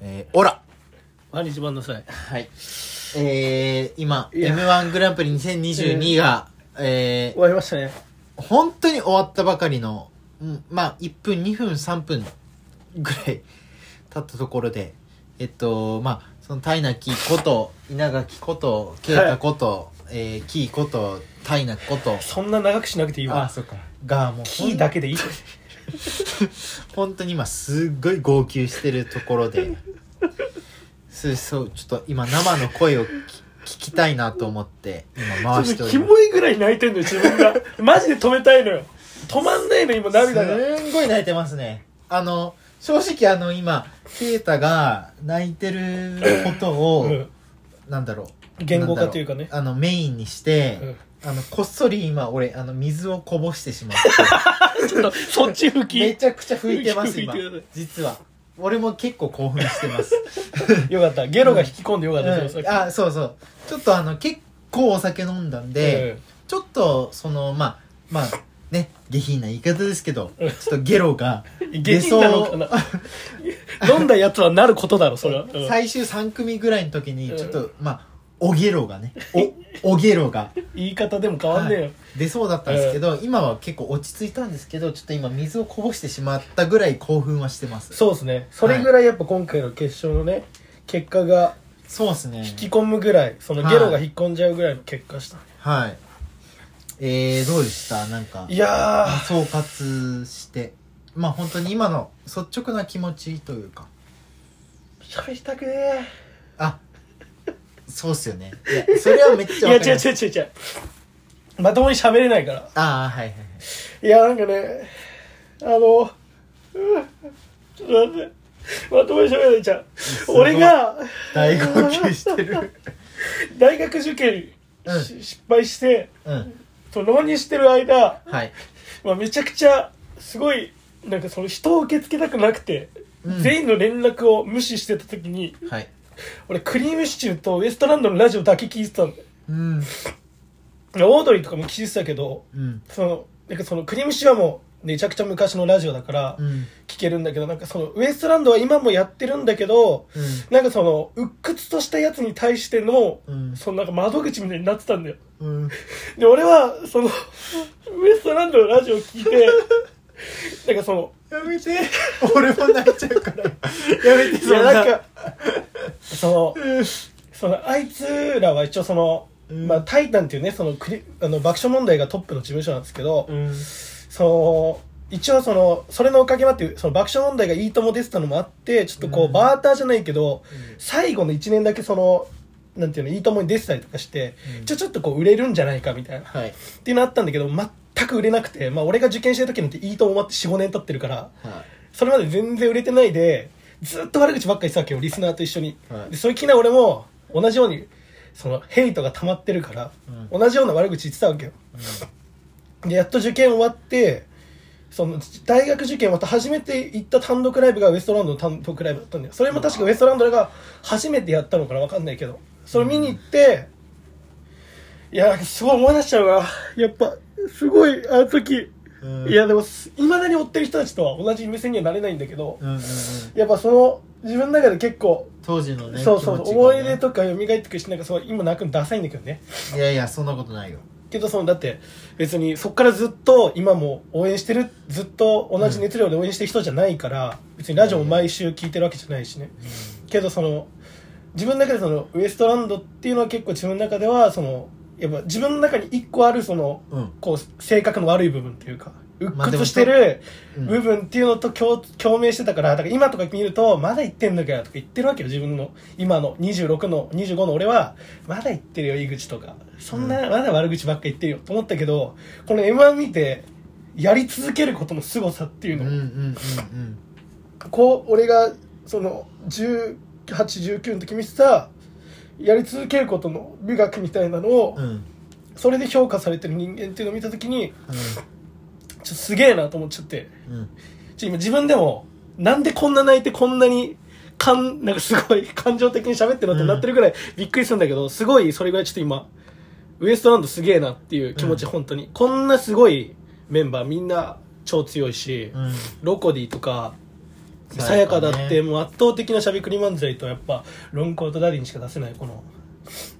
えー、オラ毎日晩なさい。はい。えー、今、いや M1 グランプリ2022が、え終わりましたね。ー、本当に終わったばかりの、うん、まあ、1分、2分、3分ぐらい経ったところで、えっと、まあ、その、タイナキこと、稲垣こと、ケイタこと、えー、キーこと、タイナこと、そんな長くしなくていいわ。そっか。が、もう、キーだけでいいと。本当に今すっごい号泣してるところでそうそうちょっと今生の声をき聞きたいなと思って今回しちてょっおりとキますモいぐらい泣いてんのよ、自分 が。マジで止めたいのよ。止まんないの、今、涙が。すんごい泣いてますねあの正直あの今啓太が泣いてることを、うんなんだろう言語化というかねなんだろうあのメインにして、うんあのこっそり今俺あの水をこぼしてしま ってちょっと、そっち吹めき。ちゃくちゃ拭いてます 今拭いてください実は俺も結構興奮してますよかった。ゲロが引き込んでよかったですうよ、んさっあそうそうちょっとあの結構お酒飲んだんきで、ちょっとそのまあまあね下品な言い方ですけどちょっとゲロがうん下品なのかな飲んだやつはなることだろ、それは。うん最終3組ぐらいの時にうんちょっと、まあおゲロがねおおゲロが、言い方でも変わんねえよ。はい出そうだったんですけど、今は結構落ち着いたんですけどちょっと今水をこぼしてしまったぐらい興奮はしてますそうですね。それぐらいやっぱ今回の決勝のね、結果がそうですね引き込むぐらい、そのゲロが引っ込んじゃうぐらいの結果した。はいえー、どうでしたなんかいやー。総括してまあ本当に今の率直な気持ちというか喋りたくねあそうっすよねいやそれはめっえいちゃやわかり違うます違う違う違うまともに喋れないからああはいはいはいいやなんかねあのうんちょっと待ってまともに喋れないじゃんごい俺が大号泣してる大学受験うんし失敗してうんと浪人してる間、はいまあ、めちゃくちゃすごいなんかその人を受け付けたくなくて、うん全員の連絡を無視してた時にはい俺クリームシチューとウエストランドのラジオだけ聞いてたんだようんオードリーとかも聞いてたけどうんそのなんかそのクリームシチューはもうめちゃくちゃ昔のラジオだからうん聞けるんだけど、なんかそのウエストランドは今もやってるんだけど、うなんかその鬱屈としたやつに対しての、うんそのなんか窓口みたいになってたんだよんうんで俺はそのウエストランドのラジオを聞い てなんかそのやめて俺も泣いちゃうからやめていそやんなんなかそのそのあいつらは一応その、うんまあ、タイタンっていうねそのクリあの爆笑問題がトップの事務所なんですけど、うんその一応そのそれのおかげもあってその爆笑問題が「いいとも」出てたのもあってちょっとこう、うんバーターじゃないけど、うん最後の1年だけそのなんていうの「いいとも」に出てたりとかして、うんちょちょっとこう売れるんじゃないかみたいなっはいていうのあったんだけど全く売れなくて、まあ、俺が受験してる時なんて「いいとも」終わって45年経ってるからはそれまで全然売れてないでずっと悪口ばっかり言ってたわけよリスナーと一緒に、はいでそういう気な俺も同じようにそのヘイトが溜まってるから、うん同じような悪口言ってたわけよ、でやっと受験終わってその大学受験また初めて行った単独ライブがウエストランドの単独ライブだったんだよそれも確かウエストランドが初めてやったのかな分かんないけどそれ見に行って、いやすごい思い出しちゃうわやっぱすごいあの時、うんいやでもいまだに追ってる人たちとは同じ目線にはなれないんだけど、うんうんうんやっぱその自分の中で結構当時のねそうそう、気持ちが思ねい出とか蘇ってくるしなんかそう今泣くのダサいんだけどねいやいやそんなことないよけどそのだって別にそこからずっと今も応援してるずっと同じ熱量で応援してる人じゃないから、別にラジオも毎週聞いてるわけじゃないしね、けどその自分の中でそのウエストランドっていうのは結構自分の中ではそのやっぱ自分の中に一個あるその、うんこう性格の悪い部分というか鬱まあでも屈してるうん部分っていうのと共共鳴してたからだから今とか見るとまだ言ってんのかよとか言ってるわけよ自分の今の26の25の俺はまだ言ってるよ井口とかそんな、まだ悪口ばっか言ってるよと思ったけどこの m 1見てやり続けることの凄さっていううんのうをんうんうんこう俺がその1819の時見てたやり続けることの美学みたいなのを、うんうんそれで評価されてる人間っていうのを見た時にちょっとすげえなと思っちゃってうんちょ今自分でもなんでこんな泣いてこんなにかんなんかすごい 感情的に喋ってるのってなってるぐらいびっくりするんだけどすごいそれぐらいちょっと今ウエストランドすげえなっていう気持ち、うん本当にこんなすごいメンバーみんな超強いし、うんロコディとかさやかだってもう圧倒的なしゃべくり漫才とやっぱロングコートダディにしか出せないこの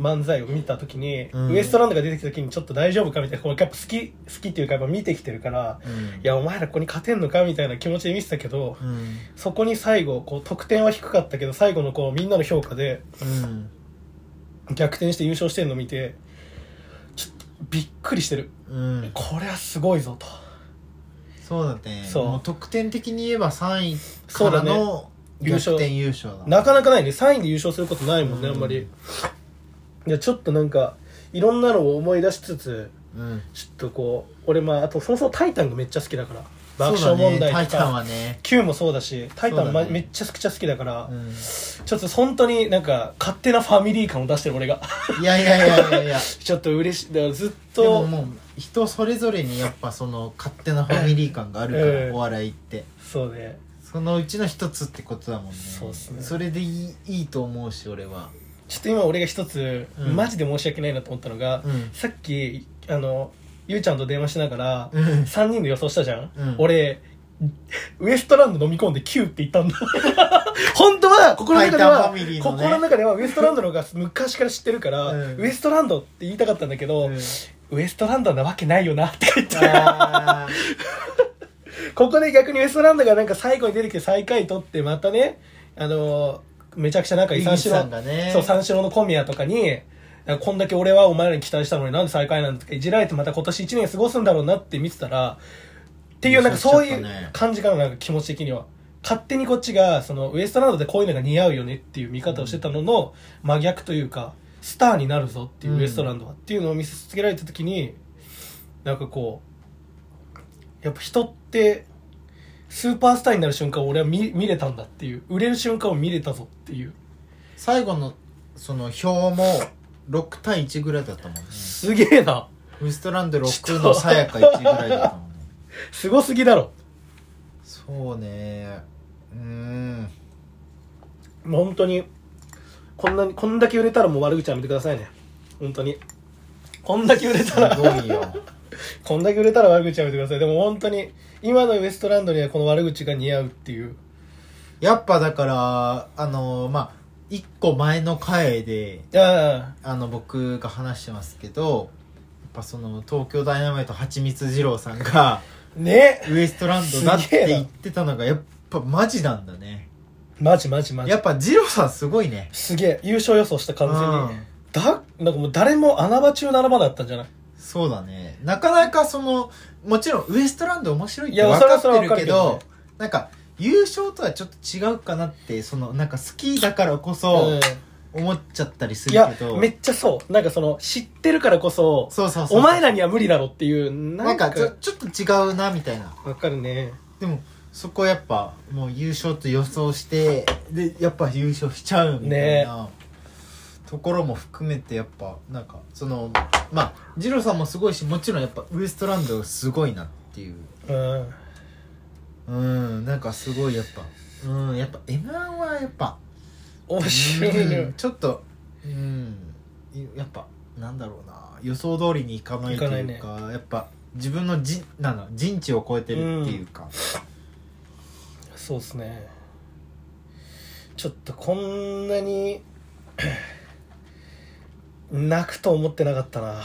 漫才を見た時に、うんウエストランドが出てきた時にちょっと大丈夫かみたいなこうやっぱ好き好きっていうかやっぱ見てきてるから、うんいやお前らここに勝てんのかみたいな気持ちで見てたけど、うんそこに最後こう得点は低かったけど最後のこうみんなの評価でうん逆転して優勝してるの見てちょっとびっくりしてるうんこれはすごいぞとそうだねそうもう得点的に言えば3位そかうらだねの優逆勝転優勝だなかなかないね3位で優勝することないもんね、うんあんまりいやちょっとなんかいろんなのを思い出しつつうんちょっとこう俺まああとそもそも「タイタン」がめっちゃ好きだから爆そうだ笑ね問タ題イとタンか、はね Q もそうだし「タイタン、まそうだねめっちゃくちゃ好きだから、うんちょっと本当になんか勝手なファミリー感を出してる俺がいやいやいやいやいやちょっと嬉しいだからずっでもともう人それぞれにやっぱその勝手なファミリー感があるから、うんお笑いってそうねそのうちの一つってことだもんねそうっすねそれでいいいいと思うし俺はちょっと今俺が一つ、うんマジで申し訳ないなと思ったのが、うんさっきあのゆうちゃんと電話しながら、うん3人で予想したじゃん、うん俺ウエストランド飲み込んで9って言ったんだ 本当は心の中でファイタは、ーファミリーのね心の中ではウエストランドの方が昔から知ってるから、うんウエストランドって言いたかったんだけど、ウエストランドなわけないよなって言ってあーここで逆にウエストランドがなんか最後に出てきて最下位取ってまたねあのめちゃくちゃ仲いい井口三四郎さんがねそう三四郎の小宮とかになんかこんだけ俺はお前らに期待したのになんで最下位なんだとかいじられてまた今年1年過ごすんだろうなって見てたらっていうなんかそうい優勝しちゃったうね感じかななんか気持ち的には勝手にこっちがそのウエストランドでこういうのが似合うよねっていう見方をしてたのの真逆というかスターになるぞっていうウエストランドはっていうのを見せつけられた時になんかこうやっぱ人ってスーパースターになる瞬間を俺は見見れたんだっていう売れる瞬間を見れたぞっていう最後のその表も6対1ぐらいだったもんねすげえなウエストランド6のさやか1ぐらいだったもんねすごすぎだろそうねうーんもう本当にこんなにこんだけ売れたらもう悪口はやめてくださいね本当にこんだけ売れすたらごいよこんだけ売れたら悪口はやめてくださいでも本当に今のウエストランドにはこの悪口が似合うっていうやっぱだからあのまあ1個前の回でああの僕が話してますけどやっぱその東京ダイナマイト蜂蜜二郎さんがあねウエストランドだっすげえてな言ってたのがやっぱマジなんだねマジマジマジやっぱ二郎さんすごいねすげえ優勝予想した完全うにんだなんかもう誰も穴場中の穴場だったんじゃないそうだねなかなかそのもちろんウエストランド面白いっいてや分それはかってるけそれは分どかなんか優勝とはちょっと違うかなってそのなんか好きだからこそ思っちゃったりすいるやけど、めっちゃそうなんかその知ってるからこそそうそうそうお前らには無理だろっていうななんんかかちょちょっと違うなみたいなわかるねでもそこやっぱもう優勝と予想してでやっぱ優勝しちゃうみたいな、ところも含めてやっぱなんかそのまあ二郎さんもすごいしもちろんやっぱウエストランドすごいなっていううんうんなんかすごいやっぱうんやっぱ m 1はやっぱ面白いうんねちょっとうんいやっぱなんだろうな予想通りにいかないというかいかやっぱ自分のじなんだ陣地を超えてるっていうか、そうっすねちょっとこんなに 泣くと思ってなかったな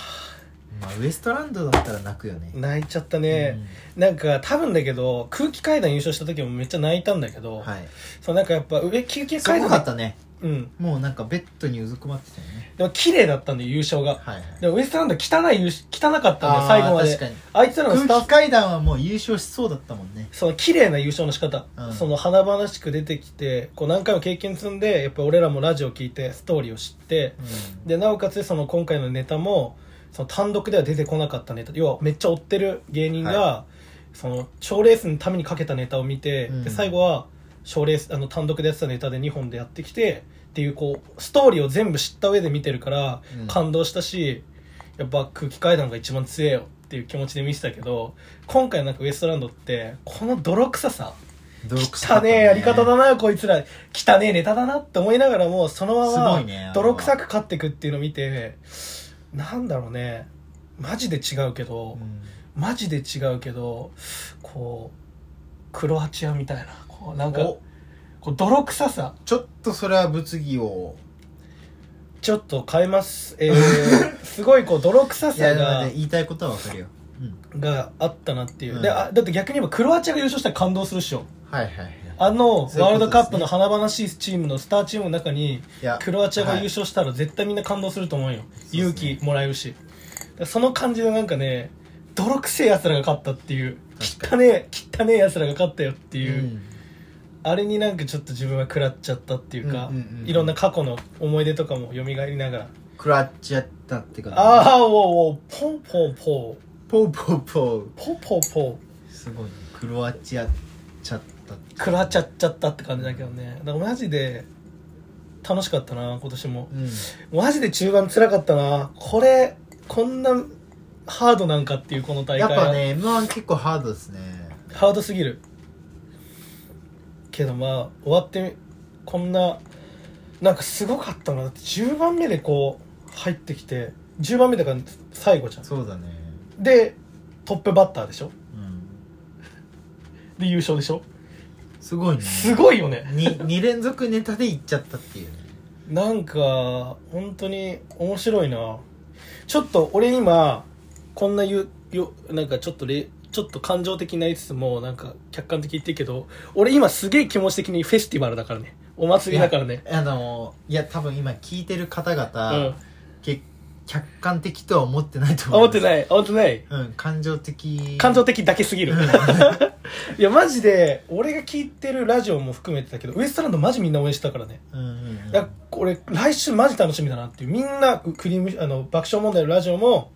まあ、ウエストランドだったら泣くよね、泣いちゃったね、なんか多分だけど空気階段優勝した時もめっちゃ泣いたんだけうど、んはいそうなんかやっぱ上空気す階ごか段ったねうんもうなんかベッドにうずくまってたよねでも綺麗だったんで優勝がはいはいでもウエストランド汚い優汚かったんあでー最後まで確かにあいつらのスタッ空フ気階段はもう優勝しそうだったもんねその綺麗な優勝の仕方、うんその華々しく出てきてこう何回も経験積んでやっぱ俺らもラジオ聞いてストーリーを知ってうんでなおかつその今回のネタもその単独では出てこなかったネタ要はめっちゃ追ってる芸人が、その賞レースのためにかけたネタを見て、うんで最後は賞レースあの単独でやってたネタで2本でやってきてっていうこうストーリーを全部知った上で見てるからうん感動したし、やっぱ空気階段が一番強えよっていう気持ちで見てたけど今回なんかウエストランドってこの泥臭さ泥臭か汚ったねえやり方だなこいつら汚ねえネタだなって思いながらもそのますごまいね泥臭く勝っていくっていうのを見てなんだろうねマジで違うけどうんマジで違うけどこうクロアチアみたいなこうなんかおこう泥臭さちょっとそれは物議をちょっと変えます えー、すごいこう泥臭いさやでもがね言いたいことはわかるよ、うん、があったなっていう、うんであだって逆に言えばクロアチアが優勝したら感動するっしょはいはいはいあのワそういうことですねールドカップの華々しいチームのスターチームの中にいやクロアチアが優はい勝したら絶対みんな感動すると思うよ、すね勇気もらえるしだからその感じでなんかね泥臭い奴らが勝ったっていう確汚ねえ汚ねえ奴らが勝ったよっていう、うんあれになんかちょっと自分は食らっちゃったっていうか、うんうんうんいろんな過去の思い出とかも蘇りながら、クロアチアだってかああおうおうポンポンポンポーポーポーポンポンポンすごいねクロアチアちゃった食らっちゃっちゃったって感じだけどねだからマジで楽しかったな今年もうんマジで中盤辛かったなこれこんなハードなんかっていうこの大会やっはぱね m 1結構ハードですねハードすぎるけどまあ終わってみこんななんかすごかったなだって10番目でこう入ってきて10番目だから最後じゃそうだねんでトップバッターでしょうんで優勝でしょすごいねすごいよねに2連続ネタでいっちゃったっていうねなんか本当に面白いなちょっと俺今こんな言うよなんかちょっとれちょっと感情的になりつつもなんか客観的に言ってるけど俺今すげえ気持ち的にフェスティバルだからねお祭りだからねあのいや多分今聞いてる方う々、んけ客観的とは思ってないと思思っていない思ってないます、うん、感情的感情的だけすぎるいやマジで俺が聞いてるラジオも含めてだけどウエストランドマジみんな応援してたからねうんうんうんいやこれ来週マジ楽しみだなっていうみんなククリームあの爆笑問題のラジオも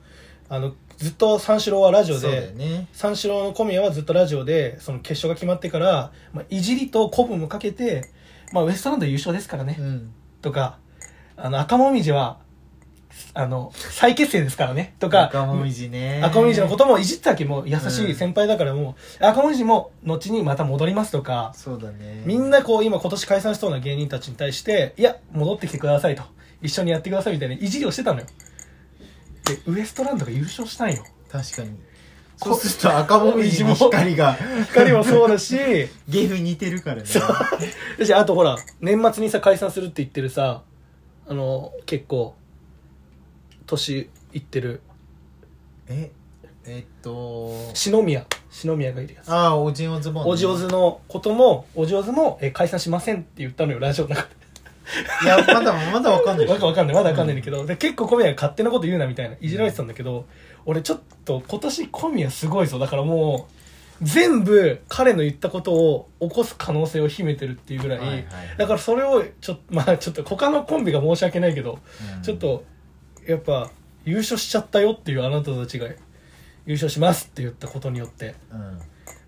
あのずっと三四郎はラジオそうだよで、ね三四郎の小宮はずっとラジオでその決勝が決まってから、まあ、いじりと鼓舞もかけて、まあ、ウエストランド優勝ですからね、うんとかあの赤もみじはあの再結成ですからねとか赤もみじね赤もみじのこともいじってたわけもう優しい先輩だからもう、赤もみじも後にまた戻りますとか、そうだねみんなこう今今年解散しそうな芸人たちに対して、いや、戻ってきてくださいと。一緒にやってくださいみたいないじりをしてたのよ。で、ウエストランドが優勝したんよ。確かにそこうすると赤もみじの光が光もそうだし、芸風似てるからね 私あとほら、年末にさ、解散するって言ってるさ、あの、結構、年いってる、ええっと篠宮、篠宮がいるやつ。ああおじんおずぼんねおじおずのことも、おじおずも、え解散しませんって言ったのよ、ラジオの中で。いやまだまだわかんないわかわかんない、まだわかんないんだけど、で結構小宮が勝手なこと言うなみたいな、いじられてたんだけど、俺ちょっと今年小宮すごいぞ。だからもう、全部彼の言ったことを起こす可能性を秘めてるっていうぐらい、はいはいだからそれを、ちょっと、 まあちょっと他のコンビが申し訳ないけど、うんちょっと、やっぱ、優勝しちゃったよっていうあなたたちが、優勝しますって言ったことによって。うん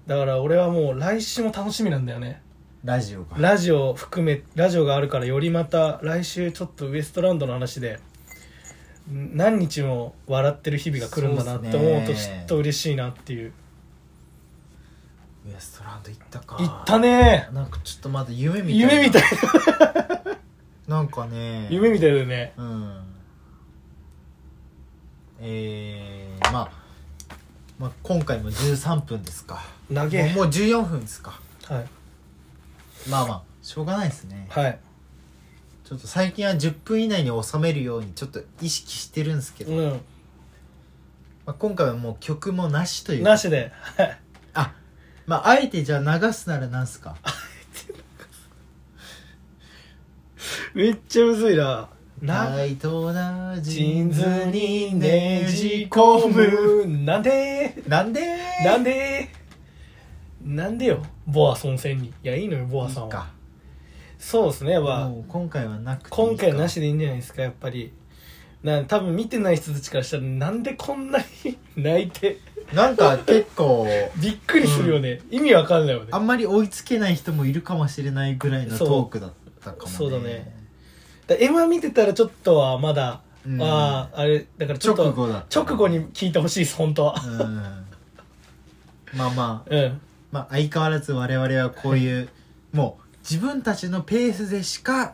だから俺はもう来週も楽しみなんだよね。ラジオがラジオ含めラジオがあるからよりまた来週ちょっとウエストランドの話でん何日も笑ってる日々が来るんだなってそうっ思うすとねちょっと嬉しいなっていうウエストランド行ったか行ったねなんかちょっとまだ夢みたいな夢みたいなんかね夢みたいだよねうんえー、まあまあ今回も13分ですか投もうげもう14分ですかはいまあまあしょうがないですねはいちょっと最近は10分以内に収めるようにちょっと意識してるんですけど、うまあ、今回はもう曲もなしといんうなしではいあまああえてじゃあ流すならなんすかめっちゃむずいななライトなジジーーンンズズににねねじじ込込むむなんでなんでなんでなんでよボアソン戦にいやいいのよボアさいんいはかそうですねはもう今回はなくていいか今回はなしでいいんじゃないですかやっぱりな多分見てない人たちからしたらなんでこんなに 泣いてなんか結構びっくりするよね、意味わかんないよねあんまり追いつけない人もいるかもしれないぐらいのそうトークだったかもねそうだねだ M 見てたらちょっとはまだ、うんあああれだからちょ直っと後だった直後に聞いてほしいです本当はうんまあまあうん まあ相変わらず我々はこういう もう自分たちのペースでしか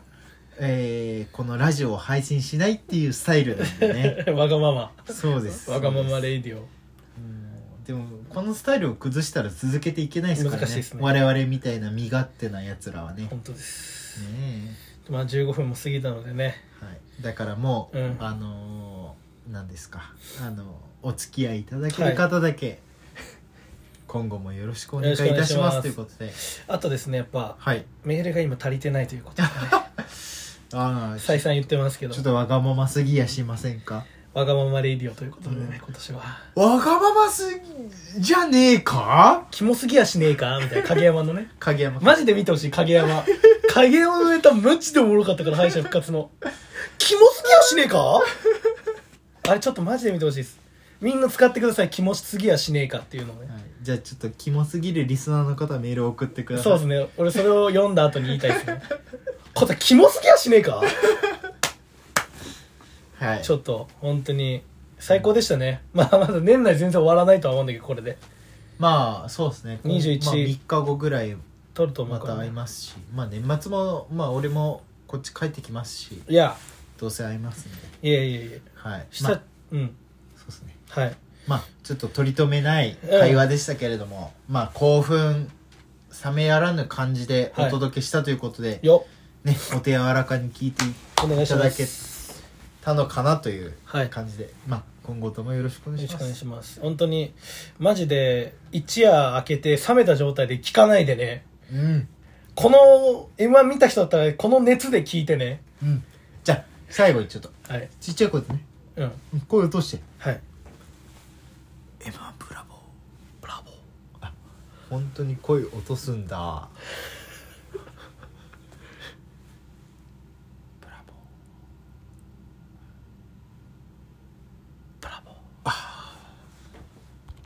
えーこのラジオを配信しない っていうスタイルなんでねわがままそうですわがそまうでますレイディオもうでもこのスタイルを崩したら続けていけないですからね難しいですね我々みたいな身勝手なやつらはねね本当ですえまあ15分も過ぎたのでねはい、だからもう、うんあのー何ですかあのお付き合いいただける方だけ、今後もよろしくお願いいたしますよろしくお願いしますということであとですねやっぱはいメールが今足りてないとい うことでねああ再三言ってますけどちょっとわがまますぎやしませんかわがままレイディオということでね、うん今年はわがまますぎじゃねえかキモすぎやしねえかみたいな影山のね影山マジで見てほしい 影山影山のネタマジでおもろかったから敗者復活のキモすぎやしねえかあれちょっとマジで見てほしいですみんな使ってくださいキモすぎやしねえかっていうのをねはい、じゃあちょっとキモすぎるリスナーの方はメールを送ってくださいそうですね俺それを読んだ後に言いたいですねこれキモすぎやしねえかはいちょっと本当に最高でしたねまあまだ年内全然終わらないとは思うんだけどこれでまあそうですねこう21まあ、3日後ぐらい撮ると思うまからたね会いますしまあ年末もまあ俺もこっち帰ってきますしいやどうせ会いますんでいやいやいやはいした、まあ、うんそうですねはいまあちょっと取り留めない会話でしたけれども、まあ興奮冷めやらぬ感じでお届けしたということで、よねお手柔らかに聞いていお願いしいまただけすたのかなというはい感じで、まあ今後ともよろしくおよ願ろいししくまお願いすします本当にマジで一夜明けて冷めた状態で聞かないでねうんこの m 1見た人だったらこの熱で聞いてねうんじゃあ最後にちょっとはいちっちゃい声でねうんうん声を通してはい「M‐1 ブラボー」「ブラボー」あ本当に声落とすんだ